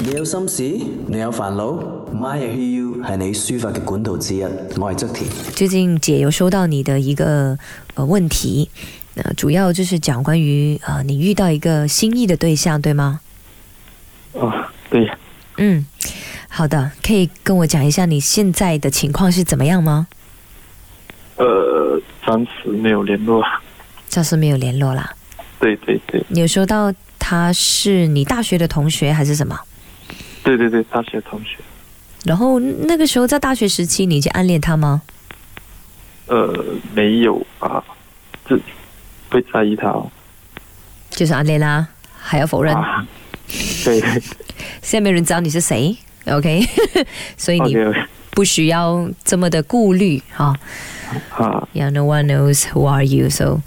你有心事，你有煩惱，My I Hear You 係你抒發嘅管道之一。我係側田。最近姐有收到你的一个呃问题，呃，主要就是讲关于呃你遇到一个心仪的对象，对吗？啊，对，嗯，好的，可以跟我讲一下你现在的情况是怎么样吗？呃，暂时没有联络。暂时没有联络啦。对对对，你有说到他是你大学的同学还是什么？对对对，大学同学。然后那个时候在大学时期，你已经暗恋他吗？呃，没有啊吧？这会在意他、哦？就是暗恋啦，还要否认？啊，对对现在没有人知道你是谁，OK？所 以你，OK OK，不需要这么的顾虑哈。啊， Yeah, no one knows who are you. So，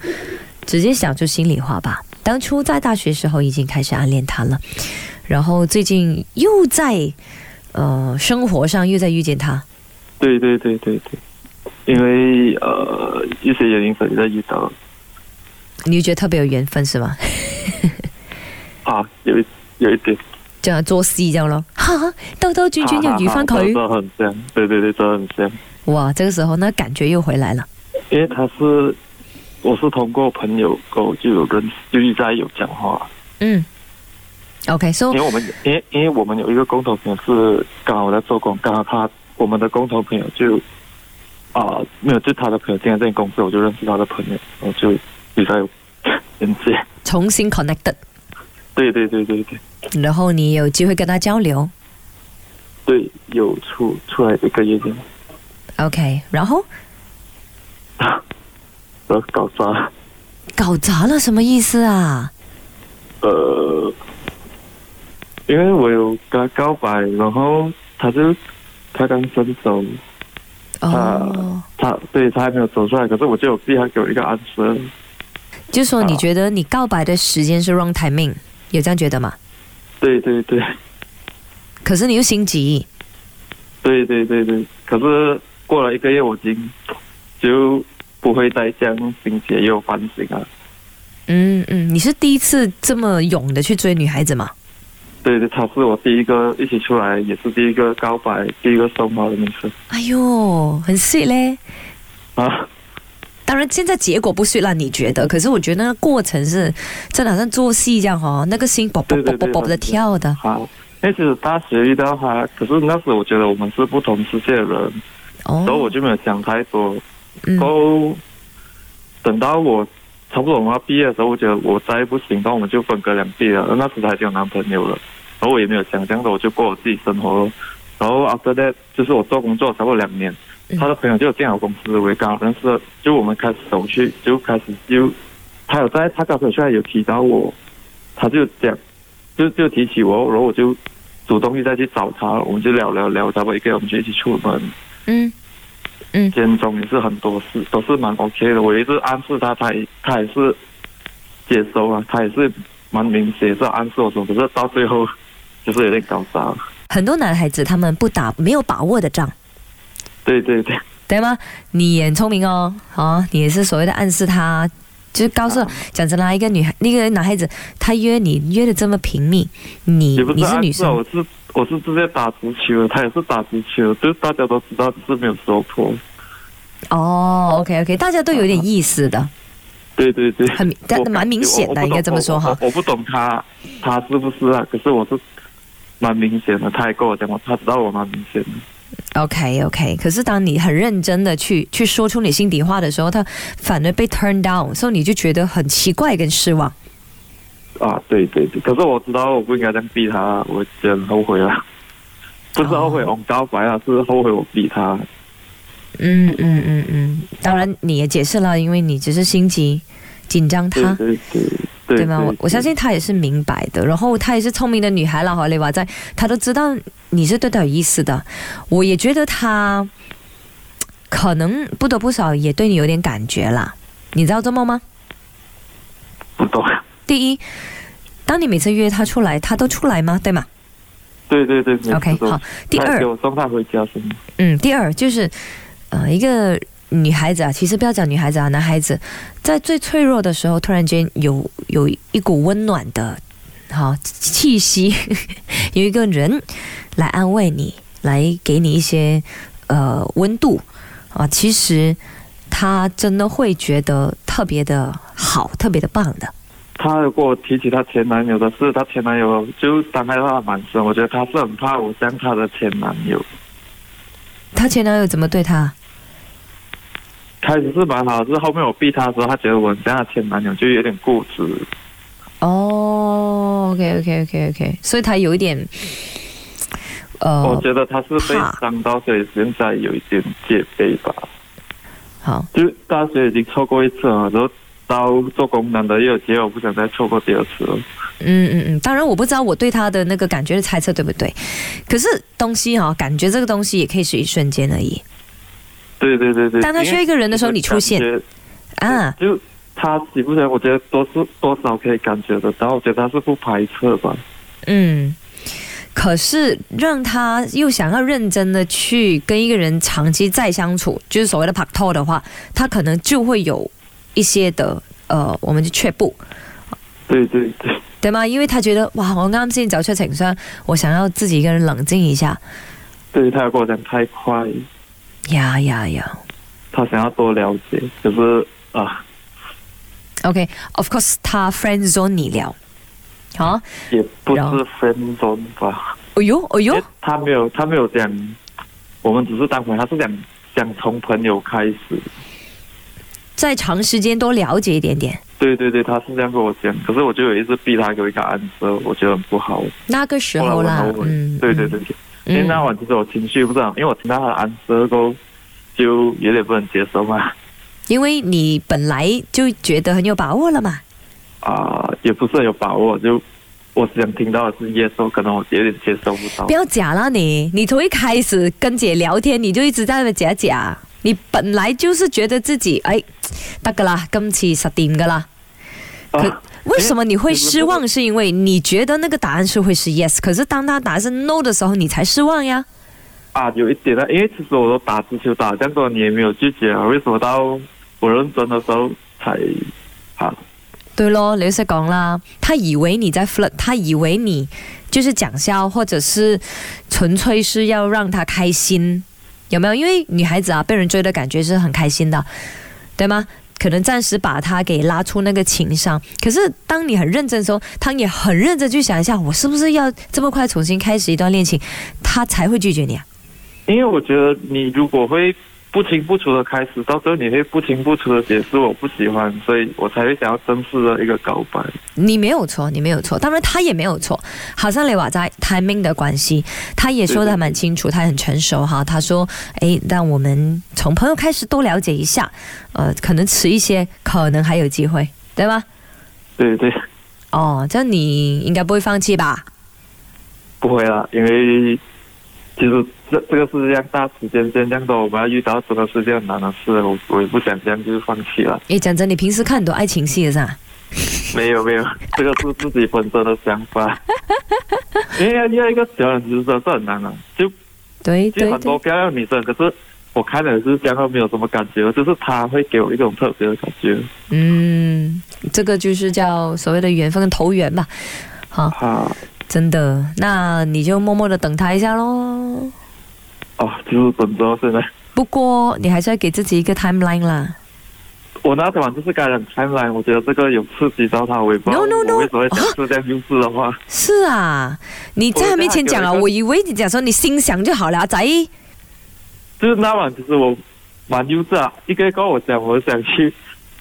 直接讲出心里话吧。当初在大学时候已经开始暗恋他了，然后最近又在呃生活上又在遇见他。对对对对对，因为呃一些原因所以在遇到你就觉得特别有缘分是吗？啊，有一有一点，就像作戏这样咯，哈哈，兜兜转转又遇翻啊啊啊佢，这很像，对对对，这很像，哇！这个时候呢，感觉又回来了。因为他是我是通过朋友沟就有认识，就一直在有讲话。嗯，OK，so、因为我们因为因为我们有一个共同朋友是刚好我在做工，刚好他我们的共同朋友就啊、没有，就他的朋友进来这间公司，我就认识他的朋友，我就比较有连接。重新 connected，对对对对对然后你有机会跟他交流对，有出出来一个月经， ，OK，然后然后搞砸，搞砸了什么意思啊？呃，因为我有跟他告白，然后他就他刚分手，哦、他对他还没有走出来，可是我就有逼他给我一个暗示，就说你啊觉得你告白的时间是 wrong timing，有这样觉得吗？对对对。可是你又心急，对对对对，可是过了一个月，我已经就不会再这样心结又反省啊。嗯嗯，你是第一次这么勇的去追女孩子吗？对对，他是我第一个一起出来，也是第一个告白、第一个送花的女生哎呦，很 sweet 嘞。啊。当然，现在结果不 sweet 啦，你觉得？可是我觉得那个过程是真的好像做戏一样哦，那个心啵啵啵啵啵的跳的。好，因为其实大学遇到他，可是那时我觉得我们是不同世界的人，然后我哦，就没有想太多。嗯然后等到我差不多我要毕业的时候，我觉得我再不行，那我们就分隔两地了。那时他已经有男朋友了，然后我也没有想这样的，我就过我自己生活了。然后 after that 就是我做工作差不多两年嗯，他的朋友就有进好公司，我也刚好认识了，就我们开始熟去，就开始就他有在他刚才出来有提到我，他就讲就就提起我，然后我就主动去再去找他，我们就聊聊聊，差不多一个月我们就一起出门，嗯间中也是很多事都是蛮 OK 的。我一直暗示他，他也他也是接收啊，他也是蛮明显是暗示我说，可是到最后就是有点搞砸了。很多男孩子他们不打没有把握的仗，对对对，对吗？你也很聪明哦，啊，你也是所谓的暗示他，就是告诉、啊讲真啦，一个女孩，那个男孩子，他约你约的这么频密，你也不你暗示是啊，女生我是我是直接打足球的，他也是打足球的，就大家都知道是没有收获。哦，OK OK，大家都有点意思的，对对对，很明但我啊蛮明显我的，我不懂应该这么说哈。我我不懂他他是不是啊？可是我是蛮明显的，他也跟我讲，他知道我蛮明显的。 OK OK，可是当你很认真的去去说出你心底话的时候，他反而被 turn down，所以你就觉得很奇怪跟失望。啊，对对对，可是我知道我不应该这样逼他，我觉得很后悔哦了。不是后悔我告白啊，是后悔我逼他。嗯嗯嗯嗯，当然你也解释了，因为你只是心急紧张对他。对对对对吗？我我相信她也是明白的，然后她也是聪明的女孩啦，哈，你话在，她都知道你是对她有意思的。我也觉得她可能不多不少也对你有点感觉啦，你知道这么吗？不懂。 第一，当你每次约她出来，她都出来吗？对吗对对对没？OK，事好。第嗯他也二给，我送他回家是吗？嗯，第二就是，呃，一个女孩子啊，其实不要讲女孩子啊，男孩子在最脆弱的时候，突然间有有一股温暖的好气息， 有一个人来安慰你，来给你一些呃温度啊，其实他真的会觉得特别的好，特别的棒的。她如果提起她前男友的事，她前男友就伤害到她蛮深。我觉得她是很怕我像她的前男友。她前男友怎么对她？开始是蛮好，就是后面我逼她的时候，她觉得我很像她前男友，就有点固执。哦，OK OK OK OK，所以她有一点我呃觉得她是被怕伤到，所以现在有一点戒备吧。好。就大学已经错过一次了，然后到做工难得又有机会，我不想再错过第二次了。嗯嗯嗯，当然我不知道我对他的那个感觉的猜测对不对，可是东西哈、感觉这个东西也可以是一瞬间而已。对对对对。当他需要一个人人的时候，你出现啊，就他喜不喜欢，我觉得多是多少可以感觉得到。我觉得他是不排斥吧。嗯。可是让他又想要认真的去跟一个人长期再相处，就是所谓的拍拖的话，他可能就会有一些的呃，我们就却步，对对对。对吗？因为他觉得哇，我啱先走出情商，我想要自己一个人冷静一下，对他有跟我讲太快，呀呀呀他想要多了解，可是啊， ，OK，of、course，他 friend zone 你了，好、也不是然后 friend zone 吧？哎呦，哎因呦为，他没有，他没有讲，我们只是当朋友，他是讲想从朋友开始。在长时间多了解一点点。对对对，他是这样跟我讲，可是我就有一直逼他给我一个 answer，我觉得很不好。那个时后来候我啦后，悔，嗯，对对对，因为嗯，那晚其实我情绪不是很，因为我听到他的 answer 过后，就有点不能接受嘛。因为你本来就觉得很有把握了嘛，啊、也不是很有把握，就我想听到的是 yes，我可能我有点接受不到不。要假啦你，你从一开始跟姐聊天，你就一直在那边假假，你本来就是觉得自己哎得噶啦，今次实掂噶啦。啊，为什么你会失望？是因为你觉得那个答案是会是 yes，可是当他答案是 no 的时候，你才失望呀。啊，有一点啊，因为其实我都打直球打这样多，你也没有拒绝啊，为什么到我认真的时候才啊？对咯，你都识讲啦。他以为你在 flirt，他以为你就是讲笑，或者是纯粹是要让他开心，有没有？因为女孩子啊，被人追的感觉是很开心的，对吗？可能暂时把他给拉出那个情商，可是当你很认真的时候，他也很认真去想一下，我是不是要这么快重新开始一段恋情，他才会拒绝你啊？因为我觉得你如果会不清不楚的开始，到最后你会不清不楚的解释我不喜欢，所以我才会想要正式的一个告白。你没有错，你没有错，当然他也没有错。好像你话斋 timing 的关系，他也说的还蛮清楚，他很成熟哈。他说，诶，让我们从朋友开始多了解一下，呃，可能迟一些，可能还有机会，对吧？对对，哦，这样你应该不会放弃吧？不会啦，因为其实这这个世界上大时间线这样多，我们要遇到真的是件很难的事，我我也不想这样就放 弃了。诶，讲真，你平时看很多爱情戏的是吧？没有没有，这个是自己本身的想法。因为要要一个小人其实真的是很难的，就对就对很多对，漂亮的女生，可是我看了是相后没有什么感觉，就是她会给我一种特别的感觉。嗯，这个就是叫所谓的缘分跟投缘吧。好，啊真的，那你就默默的等他一下喽。哦，就是本周现在不过你还是要给自己一个 timeline 啦。我那天晚就是刚讲看来，我觉得这个有刺激到她，我也不知道 No, no, no 我为什么会讲出这样幼稚的话。 是啊，你在他面前讲啊，我我以为你讲说你心想就好了，阿仔。就是那晚其实我蛮幼稚啊，一个跟我讲我想去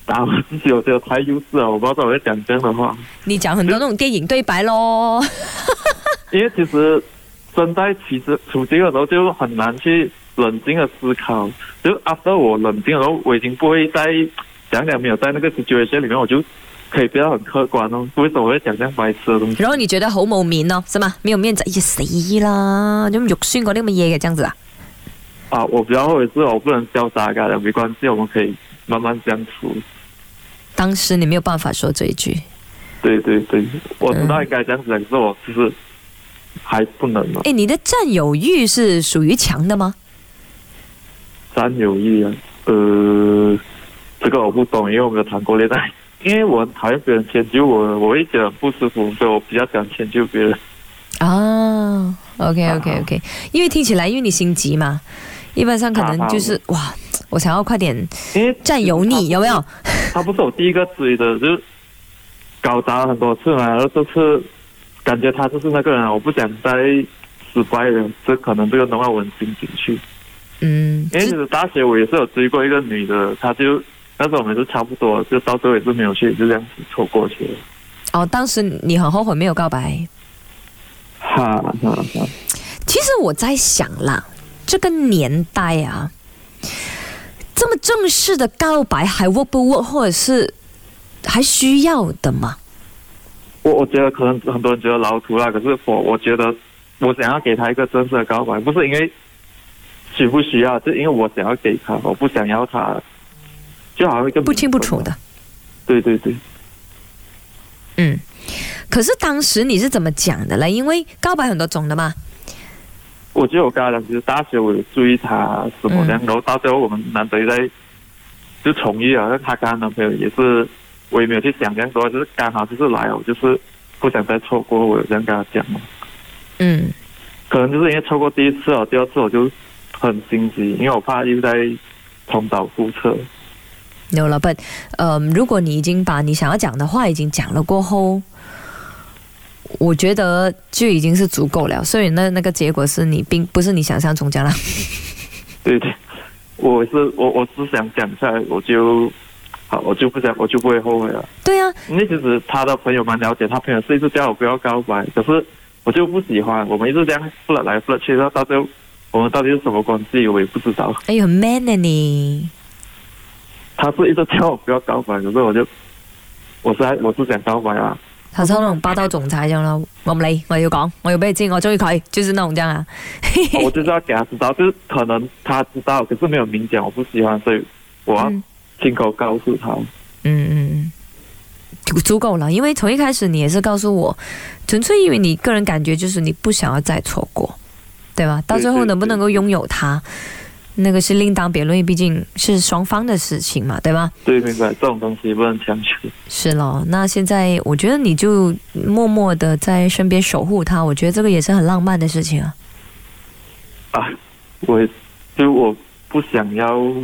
打我自己，我觉得太幼稚了，我不知道怎么会讲这样的话。你讲很多那种电影对白 咯，因为其实身在其实处境的时候，就很难去冷静的思考。就 after 我冷静的时候，我已经不会再讲讲没有在那个 situation 里面，我就可以不要很客观哦。为什么会讲这样白痴的东西？然后你觉得好冇面咯，是嘛？没有面子，哎呀死啦，咁肉酸嗰啲咁嘅嘢嘅，这样子啊？啊，我比较后悔是我不能潇洒感了，没关系，我们可以慢慢相处。当时你没有办法说这一句，对对对，我知嗯道应该这样子讲，可是我其实还不能啊嘛，哎，你的占有欲是属于强的吗？占有欲啊，呃，这个我不懂，因为我没有谈过恋爱。因为我很讨厌别人迁就我，我会觉得很不舒服，所以我比较想迁就别人。啊，OK OK OK，因为听起来因为你心急嘛，一般上可能就是、哇，我想要快点因为占有你，有没有？他不是我第一个追的，就是搞砸了很多次嘛。然后这次感觉他就是那个人啊，我不想再失败了。这可能这个能让我很心进去。嗯， 因为其就实大学我也是有追过一个女的，她就那时候我们是差不多，就到最后也是没有去，就这样子错过去了。哦，当时你很后悔没有告白。哈哈哈！其实我在想啦，这个年代啊，这么正式的告白还 work 不 work，或者是还需要的吗？我我觉得可能很多人觉得老土啦，可是我我觉得我想要给她一个真实的告白，不是因为需不需要，是因为我想要给她，我不想要她，就好像一个不清不楚的。对对对，嗯，可是当时你是怎么讲的嘞？因为告白很多种的嘛。我觉得我跟他讲，其实大学我有注意他什么这样，然后到最后我们难得在就重遇啊，他跟她男朋友也是，我也没有去想这样多，就是刚好就是来，我就是不想再错过，我有这样跟他讲嘛。嗯可能就是因为错过第一次哦，第二次我就很心急，因为我怕又在重蹈覆辙。 ，no 了，but，嗯、如果你已经把你想要讲的话已经讲了过后，我觉得就已经是足够了。所以那那个结果是你并不是你想象中这样啦。对对，我是我我只想讲出来，我就好，我就不想，我就不会后悔了。对啊，因为其实他的朋友蛮了解，他朋友是一直叫我不要告白，可是我就不喜欢，我们一直这样 flirt 来 flirt 去，到最后我们到底是什么关系，我也不知道。哎呦很，man 呢、你。他是一直叫我不要告白，可是我就，我是我是想告白啊，头先可能霸道總裁咁啦，我唔理，我要講，我要俾你知，我中意佢，就是那種這樣啊。我就是要给他知道，就是可能他知道，可是没有明讲我不喜欢，所以我要嗯亲口告诉他。嗯嗯嗯，足夠啦，因為從一開始你也是告訴我，純粹因為你個人感覺就是你不想要再錯過，對吧？到最後對對能不能夠擁有它，那個是另當別論，因為畢竟是雙方的事情嘛，對吧？对，明白这种东西不能强求。是咯，那现在我觉得你就默默的在身边守护他，我觉得这个也是很浪漫的事情啊。啊，我就我不想要，因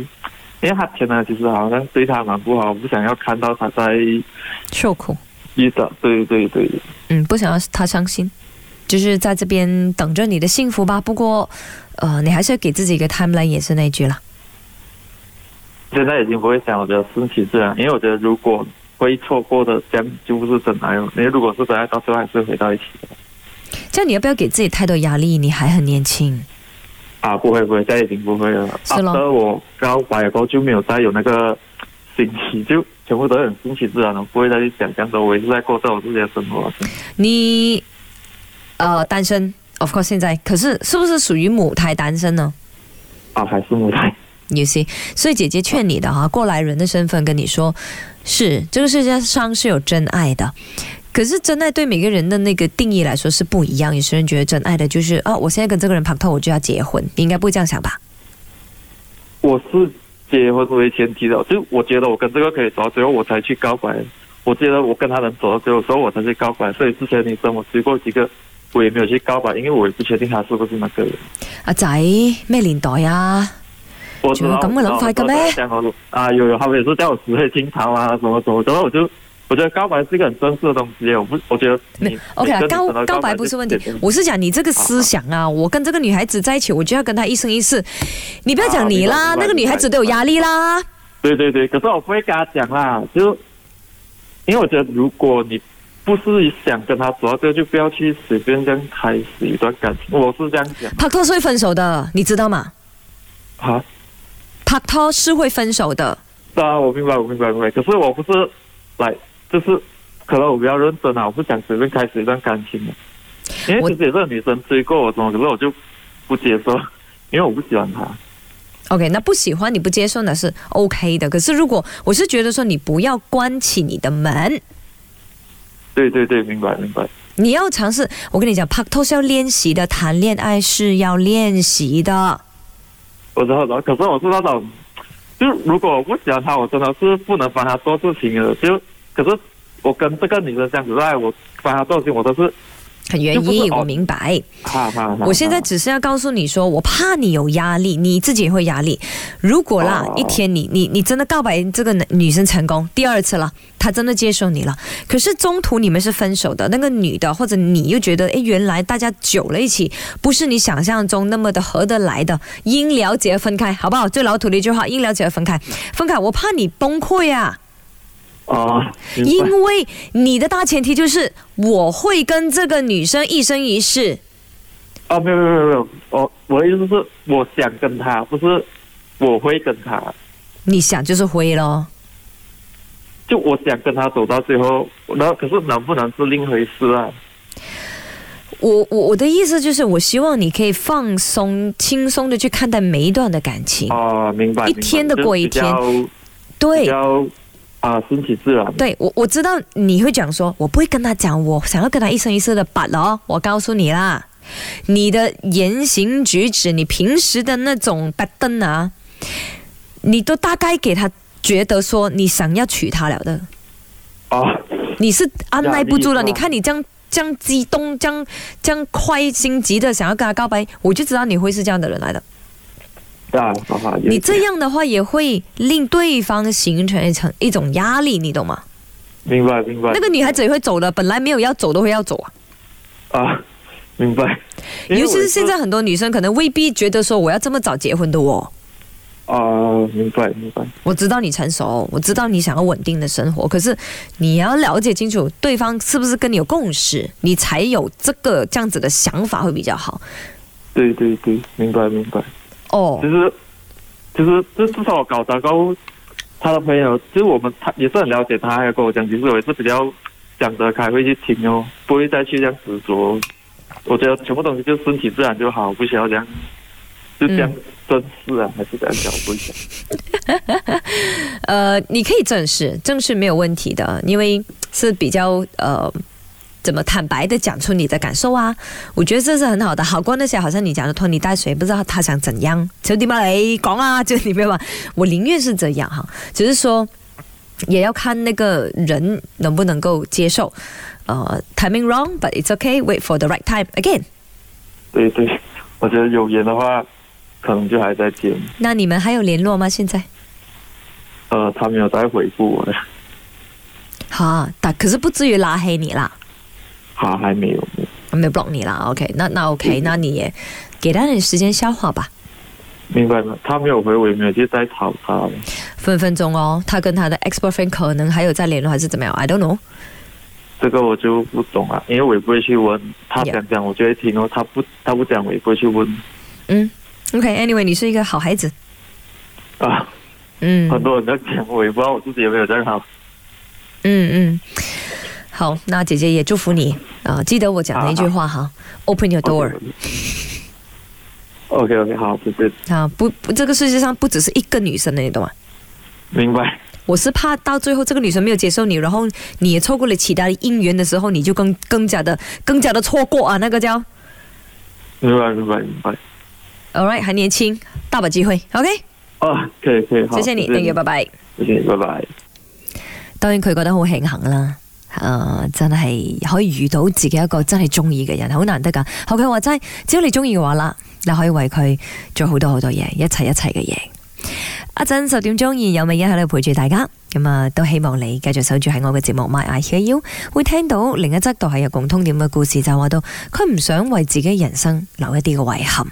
为他前男友其实好像对他蛮不好，我不想要看到他在受苦。遇到，对对对，嗯，不想要他伤心，就是在这边等着你的幸福吧。不过，呃，你还是要给自己一个 timeline，也是那句啦。现在已经不会想我的顺其自然，因为我觉得如果会错过的，这样就不是真爱了。因为如果是真爱，到最后还是回到一起的这样你要不要给自己太多压力？你还很年轻。啊，不会不会，现在已经不会了。啊是咯而我告白了过后就没有再有那个心情，就全部都很顺其自然了，不会再去想象说我一直在过着我自己的生活。你呃单身，of course 现在，可是是不是属于母胎单身呢？啊，还是母胎。 you see，所以姐姐劝你的哈，过来人的身份跟你说，是这个世界上是有真爱的。可是真爱对每个人的那个定义来说是不一样，有些人觉得真爱的就是啊，我现在跟这个人拍拖，我就要结婚，你应该不会这样想吧？我是结婚为前提的，就我觉得我跟这个可以走到最后，我才去告白。我觉得我跟他能走到最后，所以我才去告白。所以之前你跟我追过几个，我也没有去告白，因为我也不确定他是不是那个人。阿仔咩年代啊？我知道仲有咁嘅啊諗法嘅咩我知道这样我啊，有有，他们也是叫我死会清朝啊，什么什么。然后我就我觉得告白是一个很真实的东西，我不，我觉得没你 OK 啊你，真的告真的告白就不是问题真的，我是讲你这个思想啊，我跟这个女孩子在一起，我就要跟她一生一世。你不要讲你啦，啊明白那个女孩子都有压力啦。对对对，可是我不会跟他讲啦，就因为我觉得如果你不是想跟他走到这，就不要去随便这样开始一段感情。我是这样讲拍拖是会分手的，你知道吗？啊，拍拖是会分手的。是啊，我明白，我明白，明白。可是我不是来，就是可能我比较认真啊，我不想随便开始一段感情的，因我为其实也是有女生追过我什么，可是我就不接受，因为我不喜欢她。 OK，那不喜欢你不接受那是 OK 的。可是如果我是觉得说你不要关起你的门，对对对，明白明白。你要尝试。我跟你讲，拍拖是要练习的，谈恋爱是要练习的。我知道，然后可是我是那种，就是如果我不喜欢他，我真的是不能帮他做事情的。就可是我跟这个女生相处在，我帮她做事情，我都是很愿就不意，是我哦明白。哈哈哈。我现在只是要告诉你说，我怕你有压力，你自己也会压力。如果啦，哦一天你你你真的告白这个男女生成功第二次了，她真的接受你了，可是中途你们是分手的，那个女的或者你又觉得，诶，原来大家久了一起，不是你想象中那么的合得来的，因了解分开，好不好？最老土的一句话，因了解而分开，分开，我怕你崩溃啊。哦，明白因为你的大前提就是我会跟这个女生一生一世，哦，没有没有没有没有，我我的意思是，我想跟她，不是我会跟她，你想就是会咯。就我想跟她走到最后，然后可是能不能是另一回事啊？我我我的意思就是，我希望你可以放松、轻松的去看待每一段的感情。哦，明白。一明白天地过一天就是比较比对较啊，顺其自然。对，我我知道你会讲说，我不会跟他讲，我想要跟他一生一世的把了哦。我告诉你啦，你的言行举止，你平时的那种摆凳啊，你都大概给他觉得说你想要娶她了的，哦， 你是按耐不住了。压力你大看你这样。这样激动，这样这样快心急的想要跟他告白，我就知道你会是这样的人来的。对啊，好好。有你这样的话也会令对方形成一层一种压力，你懂吗？明白明白。那个女孩子也会走的，本来没有要走都会要走啊。啊，明白。因为尤我其是现在很多女生可能未必觉得说我要这么早结婚的哦。哦，明白明白。我知道你成熟，我知道你想要稳定的生活，可是你要了解清楚对方是不是跟你有共识，你才有这个这样子的想法会比较好对对对，明白明白。哦其。实其实这至少我搞砸过他的朋友，就是我们他也是很了解他，还有跟我讲，其实我也是比较讲得开，会去听哦，不会再去这样执着。我觉得全部东西就顺其自然就好，不需要这样就这样珍视啊，还是这样讲不一样。呃，你可以正视，正视没有问题的，因为是比较呃。怎么坦白的讲出你的感受啊？我觉得这是很好的，好过那些好像你讲的拖泥带水，不知道他想怎样，就点啊你 讲啊，就你明白吗？我宁愿是这样哈，只是说也要看那个人能不能够接受。呃，timing wrong，but it's okay. Wait for the right time again. 对对，我觉得有缘的话，可能就还在见。那你们还有联络吗？现在？呃，他没有再回复我了，哈、但可是不至于拉黑你啦。他还没有。没有 block 你啦，OK，那那 OK，那你也给他点时间消化吧，明白吗？他没有回我，也没有去再吵他了。分分钟哦，他跟他的 ex boyfriend 可能还有在联络还是怎么样，I don't know。这个我就不懂啊，因为我也不会去问他 Yeah 讲讲，我就会听哦。他不他不讲，我也不会去问嗯 OK，Anyway，、你是一个好孩子，啊。嗯很多人在讲，我也不知道我自己有没有这样好。嗯嗯，好，那姐姐也祝福你啊、记得我讲的一句话哈，Open your door。 OK OK，好，对对，啊，不不，这个世界上不只是一个女生的，你懂吗？明白。我是怕到最后这个女生没有接受你，然后你也错过了其他的姻缘的时候，你就更更加的更加的错过啊，那个叫明白，明白，明白。 All right，还年轻，大把机会，OK。啊，可以，可以，好，谢謝你謝，thank you，拜拜。謝你，拜拜。當然佢覺得好慶幸啦。誒、真係可以遇到自己一個真係中意嘅人，好難得噶。學佢話齋，只要你中意嘅話啦，你可以為佢做好多好多嘢，一齊一齊嘅嘢。一陣十點鐘，現有美欣喺度陪住大家，咁啊都希望你繼續守住喺我嘅節目 My I Hear You，會聽到另一則度係有共通點嘅故事，就話到佢唔想為自己人生留一啲嘅遺憾，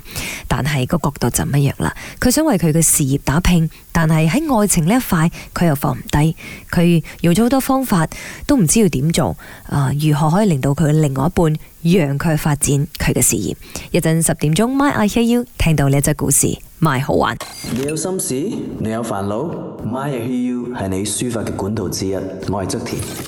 但係個角度就唔一樣啦。佢想為佢嘅事業打拼，但係喺愛情呢一塊佢又放唔低，佢用咗好多方法，都唔知要點做，啊、如何可以令到佢另外一半讓佢發展佢嘅事業。一陣十點鐘 My I Hear You 聽到呢一則故事，My 好玩。你有心事，你有煩惱，My I Hear You 係你抒發嘅管道之一。我係側田。